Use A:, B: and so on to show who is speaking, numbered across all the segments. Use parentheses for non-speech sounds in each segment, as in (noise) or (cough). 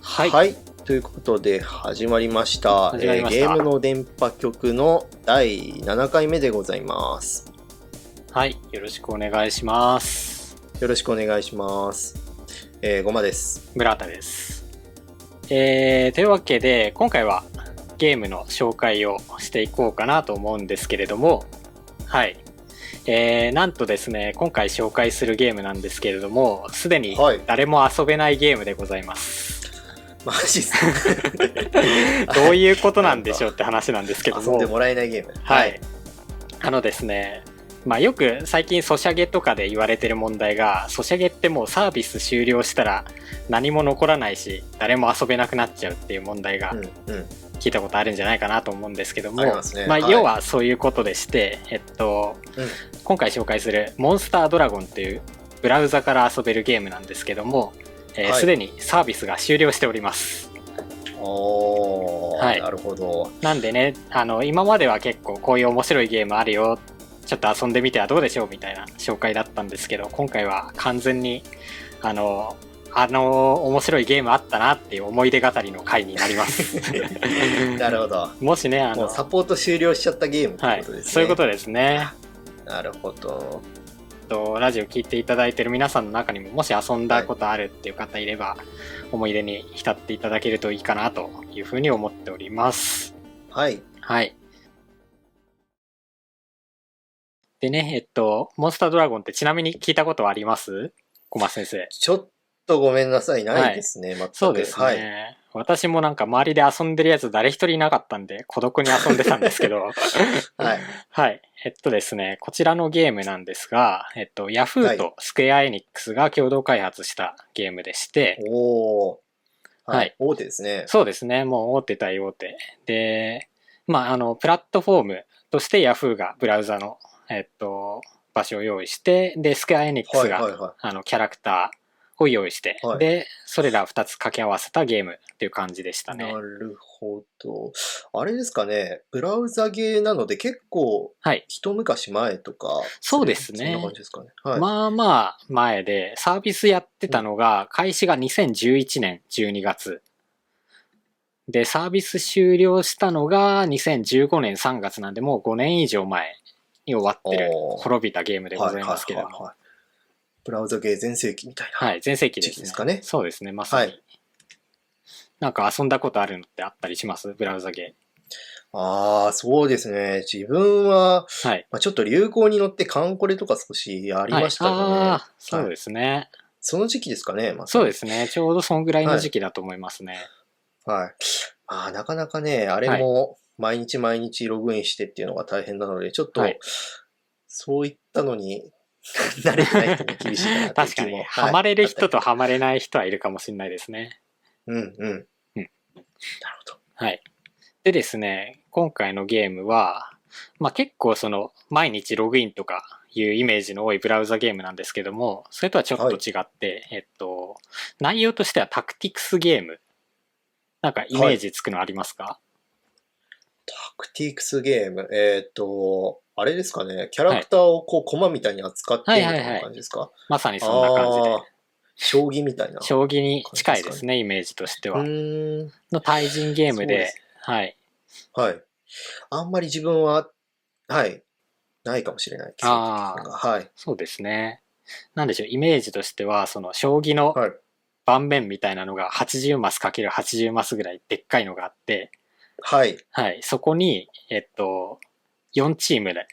A: はい。
B: はい。ということで始まりました。
A: 始まりました、
B: えー、ゲームの電波局の第7回目でございます。
A: はい。よろしくお願いします。
B: よろしくお願いします。えー、ごまです。
A: 村田です。えー、というわけで、今回はゲームの紹介をしていこうかなと思うんですけれども、はい。えー、なんとですね、今回紹介するゲームなんですけれども、すでに誰も遊べないゲームでございます。
B: (laughs) はい、マジっす
A: (laughs) どういうことなんでしょうって話なんですけども。
B: 遊んでもらえないゲーム。
A: はい。あのですね、まあ、よく最近ソシャゲとかで言われてる問題がソシャゲってもうサービス終了したら何も残らないし誰も遊べなくなっちゃうっていう問題が聞いたことあるんじゃないかなと思うんですけども、
B: うんうん、
A: まあ、要はそういうことでして、はい、えっと、うん、今回紹介する「モンスタードラゴン」っていうブラウザから遊べるゲームなんですけどもすで、えー、はい、にサービスが終了しております。
B: おはい、なるほど
A: なんでねあの今までは結構こういう面白いゲームあるよちょっと遊んでみてはどうでしょうみたいな紹介だったんですけど、今回は完全に、あの、あの、面白いゲームあったなっていう思い出語りの回になります。
B: (laughs) なるほど。
A: もしね、あ
B: の、サポート終了しちゃったゲームってことですね。はい、
A: そういうことですね。
B: なるほど。
A: とラジオ聴いていただいてる皆さんの中にももし遊んだことあるっていう方いれば、はい、思い出に浸っていただけるといいかなというふうに思っております。
B: はい。
A: はい。でね、えっと、モンスタードラゴンってちなみに聞いたことはあります小松先生。
B: ちょっとごめんなさい、ないですね、はい、全く。
A: そうですね、はい。私もなんか周りで遊んでるやつ誰一人いなかったんで、孤独に遊んでたん (laughs) ですけど。
B: はい。
A: はい。えっとですね、こちらのゲームなんですが、えっと、Yahoo とスクエアエニックスが共同開発したゲームでして。
B: はい、おー。
A: はい、はい、
B: 大手ですね。
A: そうですね。もう大手対大手。で、まあ、あの、プラットフォームとして Yahoo がブラウザのえっと、場所を用意して、で、スクエアエニックスが、あの、キャラクターを用意して、はい、で、それら2つ掛け合わせたゲームっていう感じでしたね。
B: なるほど。あれですかね、ブラウザゲーなので結構、
A: はい。
B: 一昔前とか、はい、
A: そうですね。
B: そんな感じですかね。
A: はい、まあまあ前で、サービスやってたのが、開始が2011年12月。で、サービス終了したのが2015年3月なんで、もう5年以上前に終わってる滅びたゲームでございますけども、はいはいはいはい、
B: ブラウザゲー全盛期みたい
A: な、ね、はい全盛期です
B: ですかね
A: そうですねまさに、はい、なんか遊んだことあるのってあったりしますブラウザゲー
B: ああ、そうですね。自分は、
A: はい、
B: まあ、ちょっと流行に乗ってカンコレとか少しありましたよね。はい、
A: そうですね、
B: その時期ですかね、まあ、
A: そうですね。ちょうどそんぐらいの時期だと思いますね。
B: はい。ああ、なかなかね、あれも、毎日毎日ログインしてっていうのが大変なので、ちょっと、はい、そういったのに、 (laughs) 慣れてない人に厳しい
A: (laughs)
B: かな
A: 確かに、はい、ハマれる人とハマれない人はいるかもしれないですね。
B: うんうん。うん。なるほど。
A: はい。でですね、今回のゲームは、まあ、結構その、毎日ログインとかいうイメージの多いブラウザゲームなんですけども、それとはちょっと違って、はい、えっと、内容としてはタクティクスゲーム。なんかイメージつくのありますか、、
B: タクティクスゲーム。えっ、ー、と、あれですかね、キャラクターをこう、駒みたいに扱ってみたいな感じですか、はいはいはい
A: まさにそんな感じで。
B: 将棋みたい
A: ね、
B: な、
A: 将棋に近いですね、イメージとしては。の対人ゲームで、ではい。
B: はい。あんまり自分は、はい、ないかもしれない。
A: あ
B: あ、はい。
A: そうですね。なんでしょう、イメージとしては、その、将棋の盤面みたいなのが80マス ×80 マスぐらいでっかいのがあって、
B: はい。
A: はい。そこに、えっと、4チームで、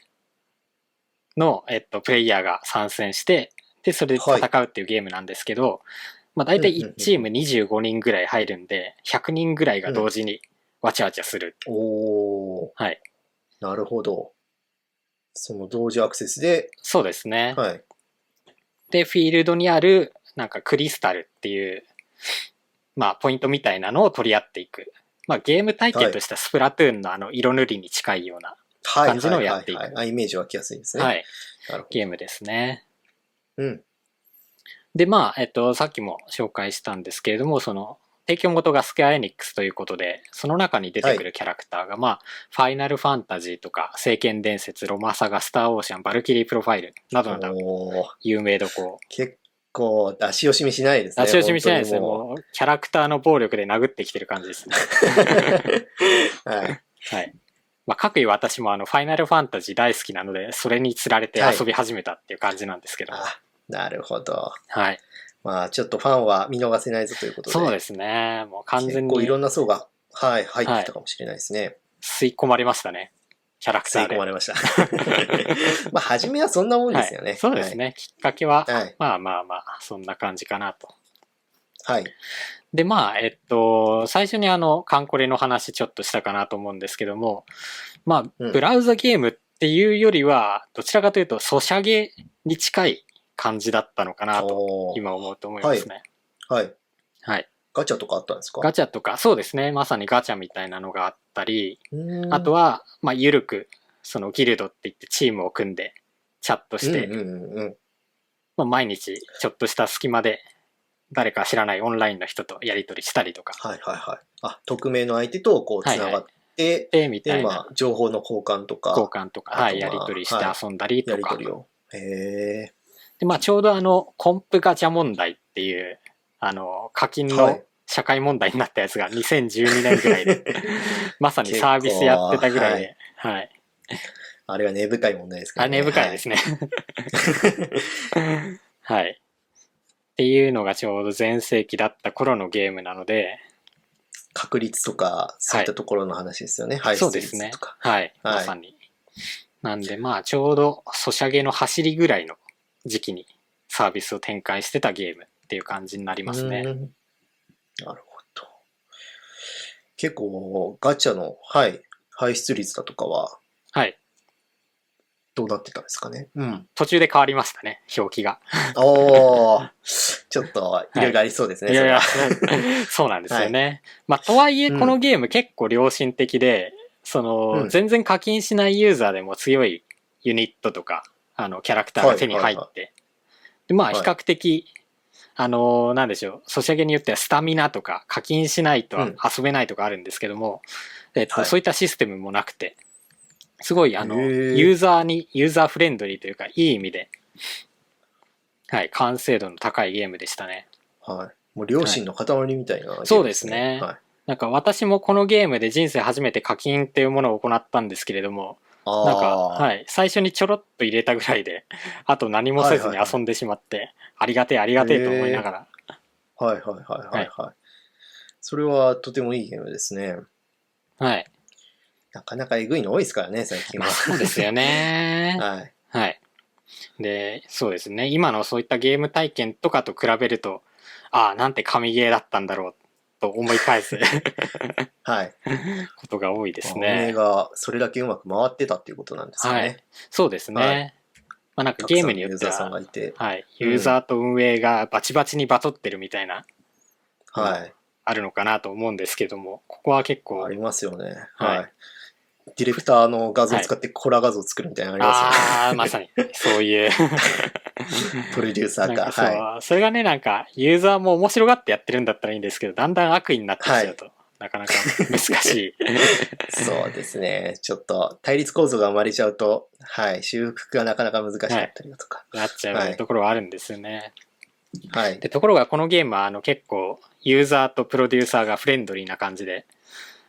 A: の、えっと、プレイヤーが参戦して、で、それで戦うっていうゲームなんですけど、はい、まあ大体1チーム25人ぐらい入るんで、100人ぐらいが同時にわちゃわちゃする。
B: うん、お
A: はい。
B: なるほど。その同時アクセスで。
A: そうですね。
B: はい。
A: で、フィールドにある、なんかクリスタルっていう、まあ、ポイントみたいなのを取り合っていくまあ、ゲーム体験としてはスプラトゥーンのあの色塗りに近いような感じのをやっていく。はいはい
B: はいはい、イメージ湧きやすいですね。
A: はい。ゲームですね。
B: うん。
A: で、まあ、えっと、さっきも紹介したんですけれども、その、提供元がスケアエニックスということで、その中に出てくるキャラクターが、はい、まあ、ファイナルファンタジーとか、聖剣伝説、ロマサガ、スターオーシャン、バルキリープロファイルなどなど、有名どころ。
B: 結こう、足惜しみしないですね。
A: 出し惜しみしないですね。
B: 本
A: もう、キャラクターの暴力で殴ってきてる感じですね。
B: 当にもう (laughs) はい。
A: はい。まあ、各位私もあの、ファイナルファンタジー大好きなので、それにつられて遊び始めたっていう感じなんですけど。はい。
B: あ、なるほど。まあ、ちょっとファンは見逃せないぞということで。
A: そうですね。もう完全
B: 結構いろ
A: に
B: んな層が、はい、入ってきたかもしれないですね。
A: 吸い込まれましたね。キャラクタ
B: 吸い
A: ーで。
B: 込まれました。 (laughs) まあ、初めはそんなもんですよね。
A: はいそうですね。きっかけは、
B: はい
A: まあまあまあ、そんな感じかなと。
B: はい。
A: で、まあ、えっと、最初にあの、カンコレの話ちょっとしたかなと思うんですけども、ま
B: う
A: あ、
B: ん
A: ブラウザゲームっていうよりは、どちらかというと、ソシャゲに近い感じだったのかなと、
B: おー
A: 今思うと思いますね。
B: はい。
A: はい。
B: ガチャとかあったんですか
A: ガチャとか、そうですね。まさにガチャみたいなのがあったり、
B: うん
A: あとは、まあ、ゆるく、そのギルドって言ってチームを組んで、チャットして、
B: うんうんうんうん。
A: まあ、毎日ちょっとした隙間で誰か知らないオンラインの人とやり取りしたりとか
B: はいはいはい。あ、匿名の相手とこう、つながって、
A: でみた
B: で、
A: い
B: ま
A: な
B: あ、情報の交換とか、
A: 交換とか、
B: あ
A: はい、
B: と
A: や
B: まあ
A: り取りして遊んだり
B: や
A: と
B: り
A: か、
B: 取りを。へ
A: でまあ、ちょうどあのコンプガチャ問題っていうあの課金
B: え。は
A: の
B: い。
A: 社会問題になったやつが2012年ぐらい
B: (laughs)
A: でまさにサービスやってたぐらいで、はい
B: あれは根深い問題ですけ
A: あ
B: ど
A: れ根深いですねはいっていうのがちょうど全盛期だった頃のゲームなので、
B: 確率とか、そういったところの話ですよね。はい、
A: そうですね
B: とか。。
A: はい。
B: はい
A: まさに。なんで、まあ、ちょうど、ソシャゲの走りぐらいの時期にサービスを展開してたゲームっていう感じになります
B: う
A: ね。
B: んなるほど。結構、ガチャの、はい、排出率だとかは、
A: はい。
B: どうなってたんですかね。うん。
A: 途中で変わりましたね、表記が。
B: おー、ちょっと、いろいろありそうですね。
A: いやいや
B: そ、
A: (laughs) そうなんですよね。まあ、とはいえ、
B: うん
A: このゲーム結構良心的で、その、
B: うん
A: 全然課金しないユーザーでも強いユニットとか、あの、キャラクターが手に入って、
B: はい
A: で、まあ、
B: はい
A: 比較的、あのーなんでしょう、ソシャゲによってはスタミナとか課金しないと
B: うん
A: 遊べないとかあるんですけども、えっと、
B: はい
A: そういったシステムもなくて、すごい、あの、
B: へー
A: ユーザーに、ユーザーフレンドリーというか、いい意味で、はい、完成度の高いゲームでしたね。
B: れははい。もう、両親の塊みたいな、
A: そうですね
B: はい。
A: なんか私もこのゲームで人生初めて課金っていうものを行ったんですけれども、
B: あー
A: なんか、はい、最初にちょろっと入れたぐらいで、 (laughs) あと何もせずに遊んでしまって、ありがてえありがてえと思いながら、
B: はいはいはいはいはい。それはとてもいいゲームですね。
A: はい。
B: なかなかえぐいの多いですからね、最近
A: ま
B: は
A: あ。そうですよね。
B: (laughs) はい。
A: はい。で、そうですね。今のそういったゲーム体験とかと比べると、ああ、なんて神ゲーだったんだろうと思い返す (laughs)
B: はい。
A: ことが多いです
B: まあ運営
A: ね。
B: がそれだけうまく回ってたっていうことなんですよね。
A: はいそうですね。
B: はい
A: まあなんかゲームによって
B: たくさん
A: は
B: のユーザーさんがいて。
A: はい、
B: うん
A: ユーザーと運営がバチバチにバトってるみたいな、
B: はい。
A: あるのかなと思うんですけども、ここは結構、
B: ありますよね。
A: は
B: はいい。ディレクターの画像を使ってコラ画像を作るみたいなのありますよね。
A: ああー、まさに、そう
B: (laughs)
A: いう、
B: プロデューサ
A: なん
B: ーが。
A: かそう、
B: は
A: それがね、なんか、ユーザーも面白がってやってるんだったらいいんですけど、だんだん悪意になってきちゃうと、なかなか難しい。
B: い。そうですね。ちょっと対立構造が生まれちゃうと、はい。修復がなかなか難しかったりだとか。
A: なっちゃ
B: は
A: う
B: い
A: ところはあるんですよね。
B: はい。
A: で、ところがこのゲームは、あの、結構、ユーザーとプロデューサーがフレンドリーな感じで、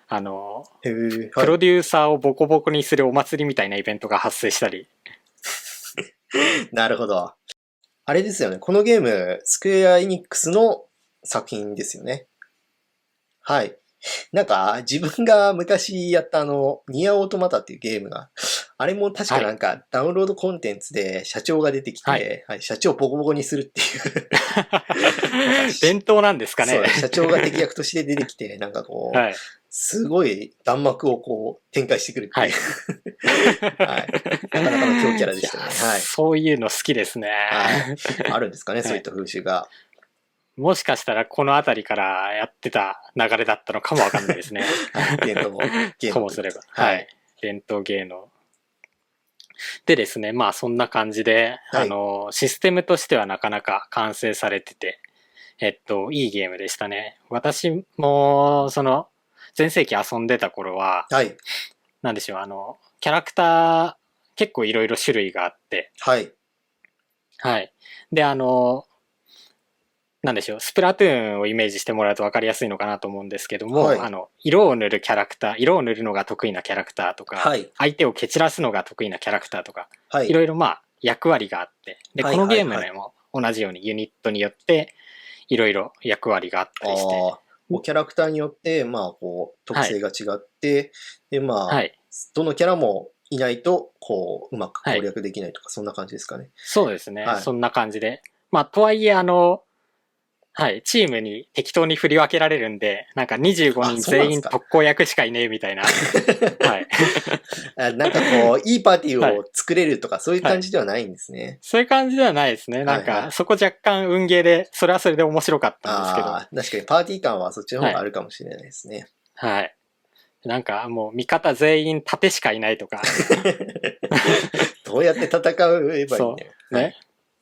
A: あの、
B: へー
A: プロデューサーをボコボコにするお祭りみたいなイベントが発生した
B: (laughs)
A: り、
B: なるほど。あれですよね。このゲーム、スクエア・エニックスの作品ですよね。はい。なんか、自分が昔やったあの、ニア・オートマタっていうゲームが、あれも確かなんか、ダウンロードコンテンツで社長が出てきて、
A: は
B: はいい社長をボコボコにするっていう
A: 伝統なんですかね
B: そう、。社長が敵役として出てきて、なんかこ
A: (laughs)
B: う、
A: はい。
B: すごい弾幕をこう、展開してくるっていう。 (laughs) はい。なかなかの強キャラで
A: (laughs)
B: したね。はい。
A: そういうの好きですね。
B: はい。あるんですかね、
A: (laughs) はい
B: そういった風習が。
A: もしかしたらこの辺りからやってた流れだったのかもわかんない
B: (laughs)
A: ですね。 (laughs)
B: 伝統ゲーム。
A: ともすれば。
B: は
A: はいい。伝統芸能。でですね、まあそんな感じで、
B: はい
A: あの、システムとしてはなかなか完成されてて、えっと、いいゲームでしたね。私も、その、前世紀遊んでた頃は、
B: はい。
A: なんでしょう、あの、キャラクター結構いろいろ種類があって、
B: はい。
A: はい。で、あの、なんでしょう、スプラトゥーンをイメージしてもらうと分かりやすいのかなと思うんですけども、
B: はい
A: あの、色を塗るキャラクター、色を塗るのが得意なキャラクターとか、
B: はい。
A: 相手を蹴散らすのが得意なキャラクターとか、
B: はいい。
A: ろいろまあ役割があって、で、
B: はい
A: このゲーム
B: はい
A: でも同じようにユニットによって、いろいろ役割があったりして、
B: ああ。もうキャラクターによって、まあ、こう、特性が違って、で、まあ、
A: はい。
B: どのキャラもいないと、こう、うまく
A: はい
B: 攻略できないとか、そんな感じですかね。
A: そうですね、
B: はい
A: そんな感じで。まあ、とはいえ、あの、はい、チームに適当に振り分けられるんで、なんか25人
B: あそうなん
A: 全
B: です
A: 員
B: か
A: 特攻役しかいねえみたい
B: (laughs)
A: な。はい。
B: あなんか
A: (laughs)
B: こう、いいパーティ
A: は
B: ー
A: い
B: を作れるとか、そういう感じではないんですね。
A: そういう感じではないですね。なん
B: はいは
A: か、
B: い
A: そこ若干運ゲーで、それはそれで面白かったんですけど。
B: ああ、確かにパーティー感はそっちの方があるかもしれないですね。
A: はい。なんかもう味方全員盾しかいないとか、
B: どうやって戦えばいいんだよ
A: そ。ね。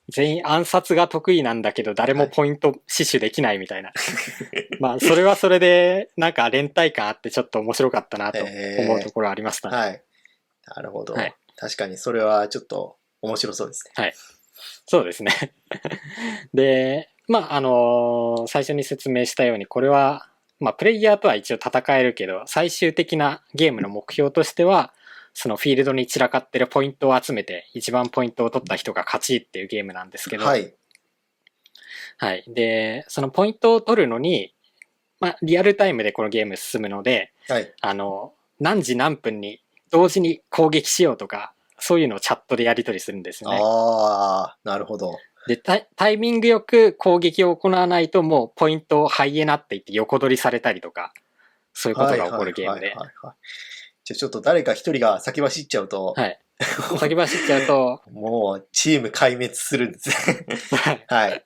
A: 全員暗殺が得意なんだけど、誰もポイント死守できないみ
B: (laughs)
A: たいな。まあ、それはそれで、なんか連帯感あってちょっと面白かったなと思うところありましたね。
B: はい。なるほど。
A: はい
B: 確かに、それはちょっと面白そうですね。
A: そうですね。 (laughs) で、まあ、あの最初に説明したように、これは、まあ、プレイヤーとは一応戦えるけど、最終的なゲームの目標としては、そのフィールドに散らかってるポイントを集めて、一番ポイントを取った人が勝ちっていうゲームなんですけど、
B: はい。
A: はい。で、そのポイントを取るのに、まあ、リアルタイムでこのゲーム進むので、
B: はい。
A: あの、何時何分に同時に攻撃しようとか、そういうのをチャットでやり取りするんですよね。
B: ああ、なるほど。
A: でタイ、タイミングよく攻撃を行わないと、もうポイントをハイエナって言って横取りされたりとか、そういうことが起こるゲーム
B: は
A: で
B: (laughs) いはい。はいはいはいじゃあちょっと誰か一人が先走っちゃうと、
A: はい。先走っちゃうと、 (laughs)
B: もうチーム壊滅するんですね。
A: はい
B: はい。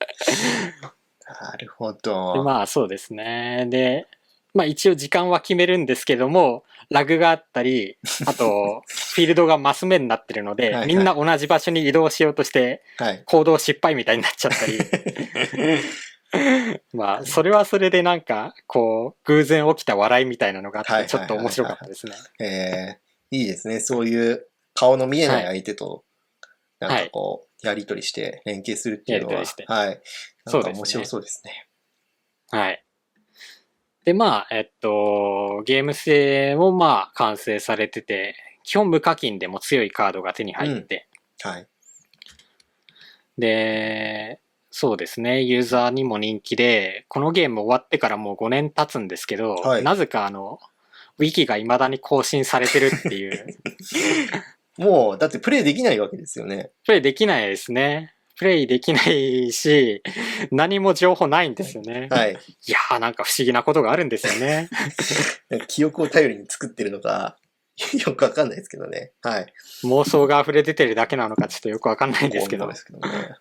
B: (laughs) なるほ
A: で
B: ど。
A: まあそうですね。で、まあ一応時間は決めるんですけども、ラグがあったり、あ
B: (laughs)
A: と、フィールドがマス目になってるので
B: はいは、い
A: みんな同じ場所に移動しようとして、
B: はい。
A: 行動失敗みたいになっちゃった
B: (laughs)
A: り、まあそれはそれでなんか、こう、偶然起きた笑いみたいなのがあ
B: は
A: っ
B: い
A: て、ちょっと面白かったですね。
B: えー、いいですね。そういう顔の見えない相手と、なんかこう、やりとりして連携するっていうのは、
A: やりとりして
B: はい。な
A: そ
B: ん
A: う
B: か
A: ですね
B: 面白そうですね。
A: はい。で、まあ、えっと、ゲーム性もまあ完成されてて、基本無課金でも強いカードが手に入って、
B: はい。
A: で、そうですね、ユーザーにも人気で、このゲーム終わってからもう5年経つんですけど、
B: はい
A: なぜかあの、ウィキが未だに更新されてるって
B: (laughs)
A: いう、
B: もう、だってプレイできないわけですよね。
A: プレイできないですね。プレイできないし、何も情報ないんですよね。
B: はい。
A: いやーなんか不思議なことがあるんですよね。
B: 記憶を頼りに作ってるのか、 (laughs) よくわかんないですけどね。はい。
A: 妄想が溢れ出てるだけなのかちょっとよくわかんないんですけ
B: こ
A: ど
B: ういうもので。すけどね。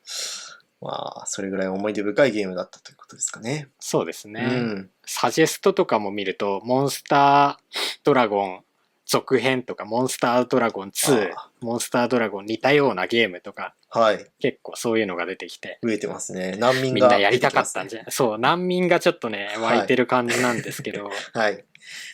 B: まあ、それぐらい思い出深いゲームだったということですかね。
A: そうですね。
B: うん。
A: サジェストとかも見ると、モンスタードラゴン続編とか、モンスタードラゴン2
B: あ、
A: モンスタードラゴン似たようなゲームとか、
B: はい。
A: 結構そういうのが出てきて、
B: 増えてますね。難民
A: みん
B: が、
A: なやりたかったんじ
B: ゃ。
A: ゃないそう、難民がちょっとね、
B: はい
A: 湧いてる感じなんですけど、 (laughs)
B: はい。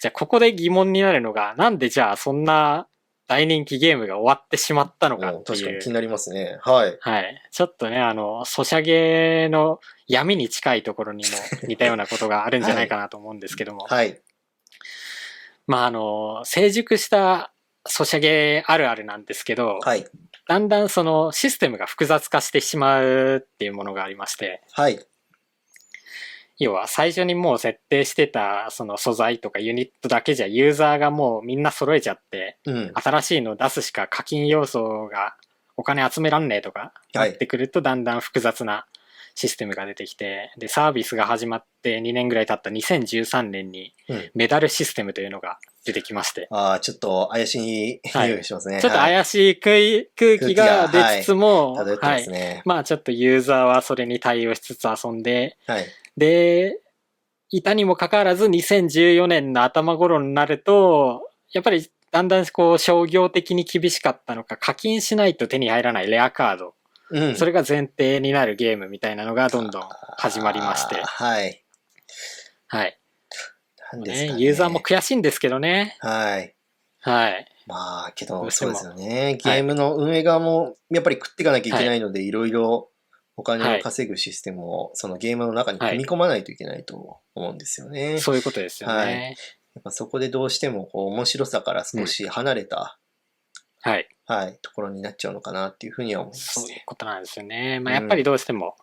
A: じゃあここで疑問になるのが、なんでじゃあそんな大人気ゲームが終わってしまったのか
B: もう
A: って
B: 確か
A: い
B: に
A: う
B: 気。になりますね。はい。
A: はい。ちょっとね、あの、ソシャゲの闇に近いところにも似たようなことがあるんじゃないかなと思うんですけども。
B: はい。
A: まああの成熟したソシャゲあるあるなんですけど、
B: はい。
A: だんだんそのシステムが複雑化してしまうっていうものがありまして
B: はい。
A: 要は最初にもう設定してたその素材とかユニットだけじゃユーザーがもうみんな揃えちゃって
B: うん。
A: 新しいの出すしか課金要素がお金集めらんねえとか
B: は
A: なっ
B: い。
A: てくるとだんだん複雑なシステムが出てきてでサービスが始まって2年ぐらい経った2013年に
B: うん
A: メダルシステムというのが出てきまして
B: ああ、ちょっと怪しい
A: はい
B: 匂いがしますね。
A: ちょっと
B: はい
A: 怪しい空い空気が出つつも、はい
B: 漂ってます (laughs) ね。
A: まあちょっとユーザーはそれに対応しつつ遊んで、
B: はい。
A: で、いたにもかかわらず2014年の頭頃になると、やっぱりだんだんこう商業的に厳しかったのか、課金しないと手に入らないレアカード、
B: うん。
A: それ
B: れ
A: が前提になるゲームみたいなのがどんどん始まりまして、
B: はい。
A: はい、
B: なんです
A: ね
B: か、ね。
A: ユーザーも悔しいんですけどね。
B: はい。
A: はい。
B: まあ、け
A: ど
B: ど、
A: うして
B: そう
A: も
B: ですよね。ゲームの運営側も、やっぱり食っていかなきゃいけないので、いろいろお金
A: は
B: を
A: い
B: 稼ぐシステムを、そのゲームの中に組み込まないといけないと思うんですよね。
A: そういうことですよね。
B: やっぱそこでどうしても、こう、面白さから少し離れた、
A: はい。
B: はい、ところになっちゃうのかなっていうふうには思います
A: そういう
B: ね。
A: ことなんですよね。まあ、
B: うん
A: やっぱりどうしても、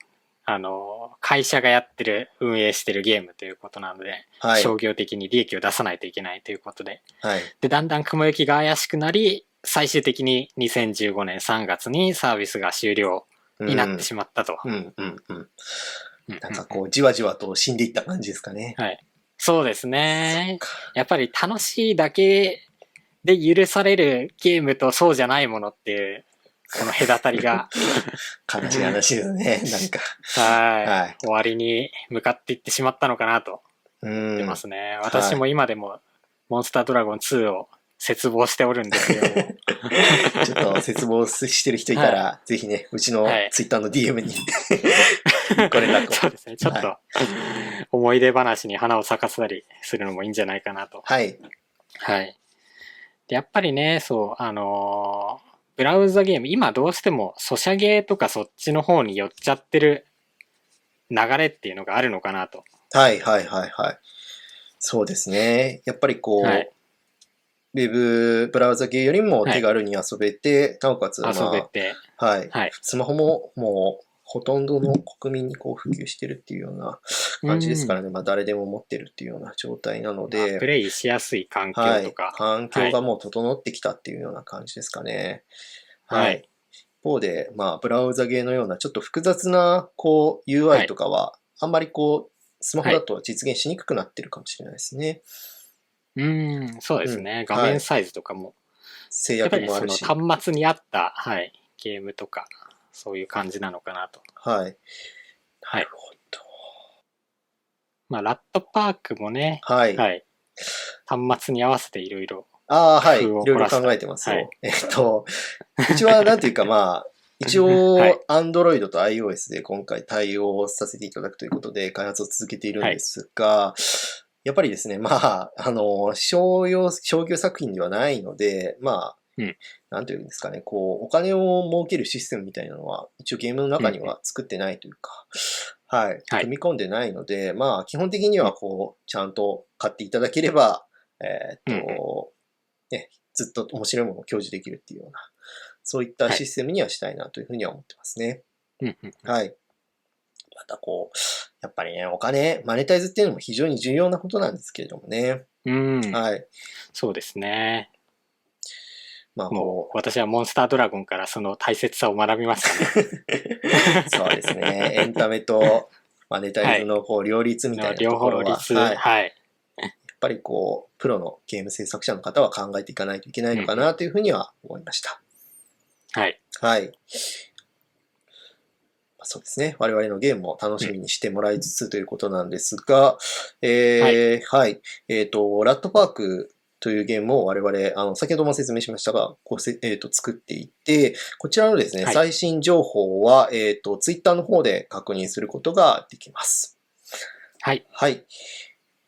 A: あの、会社がやってる、運営してるゲームということなので、
B: はい。
A: 商業的に利益を出さないといけないということで、
B: はい。
A: で、だんだん雲行きが怪しくなり、最終的に2015年3月にサービスが終了になってしまったと。
B: うんうんうんうん。
A: うん
B: なんかこう、じわじわと死んでいった感じですかね。
A: そうですね。
B: そっか
A: やっぱり楽しいだけで許されるゲームとそうじゃないものっていう、この隔たり
B: (laughs)
A: が、
B: 悲しい話ですね。なんか。
A: (laughs) はい、
B: はい
A: 終わりに向かっていってしまったのかなと
B: うん。
A: 思いますね。私も今でも、モンスタードラゴン2を絶望しておるんですけども、
B: ちょっと絶望してる人いたら、ぜひね、うちの
A: はい
B: ツイッターの DM
A: (laughs)
B: にご連絡
A: そう
B: を。
A: ですね、ちょっと
B: は
A: 思い出話に花を咲かせたりするのもいいんじゃないかなと。
B: はい。
A: はい。でやっぱりね、そう、あのーブラウザゲーム、今どうしても、ソシャゲとかそっちの方に寄っちゃってる流れっていうのがあるのかなと。
B: はいはいはいはい。そうですね。やっぱりこう、
A: はい
B: ウェブブラウザ系よりも手軽に遊べて、なおかつ、ま
A: 遊べ
B: あ、
A: て。
B: はい、
A: はい
B: スマホももうほとんどの国民にこう普及してるっていうような感じですからね、まあ誰でも持ってるっていうような状態なの
A: まあプ
B: で、
A: レイしやすい環境
B: はい
A: とか。、
B: 環境がもう整ってきたっていうような感じですかね。
A: はい
B: 一方で、まあ、ブラウザ系のようなちょっと複雑な、こう、
A: は
B: UI
A: い
B: とかは、あんまりこう、スマホだと実現しにくくなってるかもしれないですね。
A: うん、そうですね。
B: うん
A: 画面サイズとかも、
B: 制
A: やっぱ
B: 約
A: り
B: もあ
A: そ
B: る
A: の
B: し。
A: 端末に合った、はい、ゲームとか、そういう感じなのかなと。
B: はい。
A: はい
B: なるほど。
A: まあ、ラットパークもね、
B: はい。
A: はい、端末に合わせていろいろ。
B: ああ、はい。い
A: 工夫
B: ろ
A: を
B: い
A: 凝
B: ろ
A: らした
B: 考えてますよ。
A: はい
B: えっと、うちはなんていう
A: (laughs)
B: かまあ、一応
A: はい、
B: Android と iOS で今回対応させていただくということで、開発を続けているんですが、やっぱりですね、まあ、あの、商用、商業作品ではないので、まあ、
A: うん
B: なんていうんですかね、こう、お金を儲けるシステムみたいなのは、一応ゲームの中には作ってないというか、はい、
A: はい
B: 組み込んでないので、まあ、基本的にはこう、ちゃんと買っていただければ、えーっと、
A: うん
B: ね、ずっと面白いものを享受できるっていうような、そういったシステムにはしたいなというふうには思ってますね。
A: うんうん
B: はい。またこう、やっぱりね、お金、マネタイズっていうのも非常に重要なことなんですけれどもね。
A: うん、
B: はい。
A: そうですね。
B: まあ
A: も
B: こ
A: う私はモンスタードラゴンからその大切さを学びましたね。
B: う、そうですね、エンタメとマネタイズのこう両立 (laughs) みたいな
A: 両
B: とこ
A: 方
B: ろは、
A: 立、
B: は
A: は
B: い
A: い、はい、
B: やっぱりこう、プロのゲーム制作者の方は考えていかないといけないのかなというふうには思いました。はい。まあそうですね。我々のゲームを楽しみにしてもらいつつということなんですが、えー、はい。えっ、と、ラットパークというゲームを我々、あの、先ほども説明しましたが、こうせえっ、と、作っていて、こちらのですね、
A: はい
B: 最新情報は、えっ、と、ツイッターの方で確認することができます。
A: はい。
B: はい。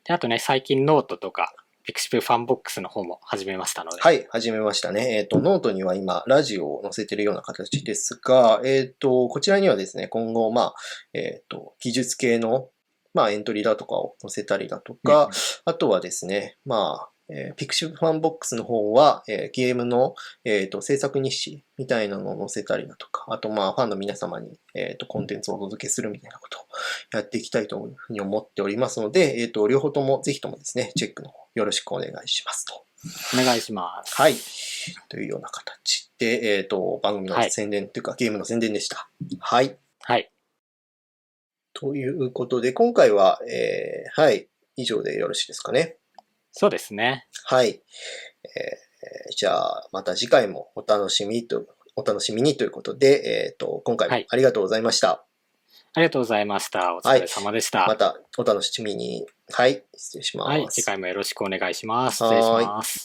A: で、あとね、最近ノートとか、ピクシブファンボックスの方も始めましたので。
B: はい、始めましたね。えっ、と、ノートには今、ラジオを載せてるような形ですが、えっ、と、こちらにはですね、今後、まあ、えっ、と、技術系の、まあ、エントリーだとかを載せたりだとか、あとはですね、まあ、えー、ピクシブファンボックスの方は、えーゲームの、えー、と制作日誌みたいなのを載せたりだとか、あと、まあ、ファンの皆様に、えー、とコンテンツをお届けするみたいなことをやっていきたいというふうに思っておりますので、えー、と両方ともぜひともですね、チェックの方よろしくお願いしますと。
A: お願いします。
B: はい。というような形で、えっ、と、番組の
A: はい
B: 宣伝、というかゲームの宣伝でした。はい。
A: はい。
B: ということで、今回は、えーはい。以上でよろしいですかね。
A: そうですね。
B: はい。えーじゃあ、また次回もお楽しみと、お楽しみにということで、えっ、と、今回
A: は
B: も
A: い
B: ありがとうございました。
A: ありがとうございました。お疲れ様でした。
B: またお楽しみに。はい。失礼しま
A: は
B: す。
A: い、次回もよろしくお願いします。
B: は
A: 失
B: ーい
A: 礼します。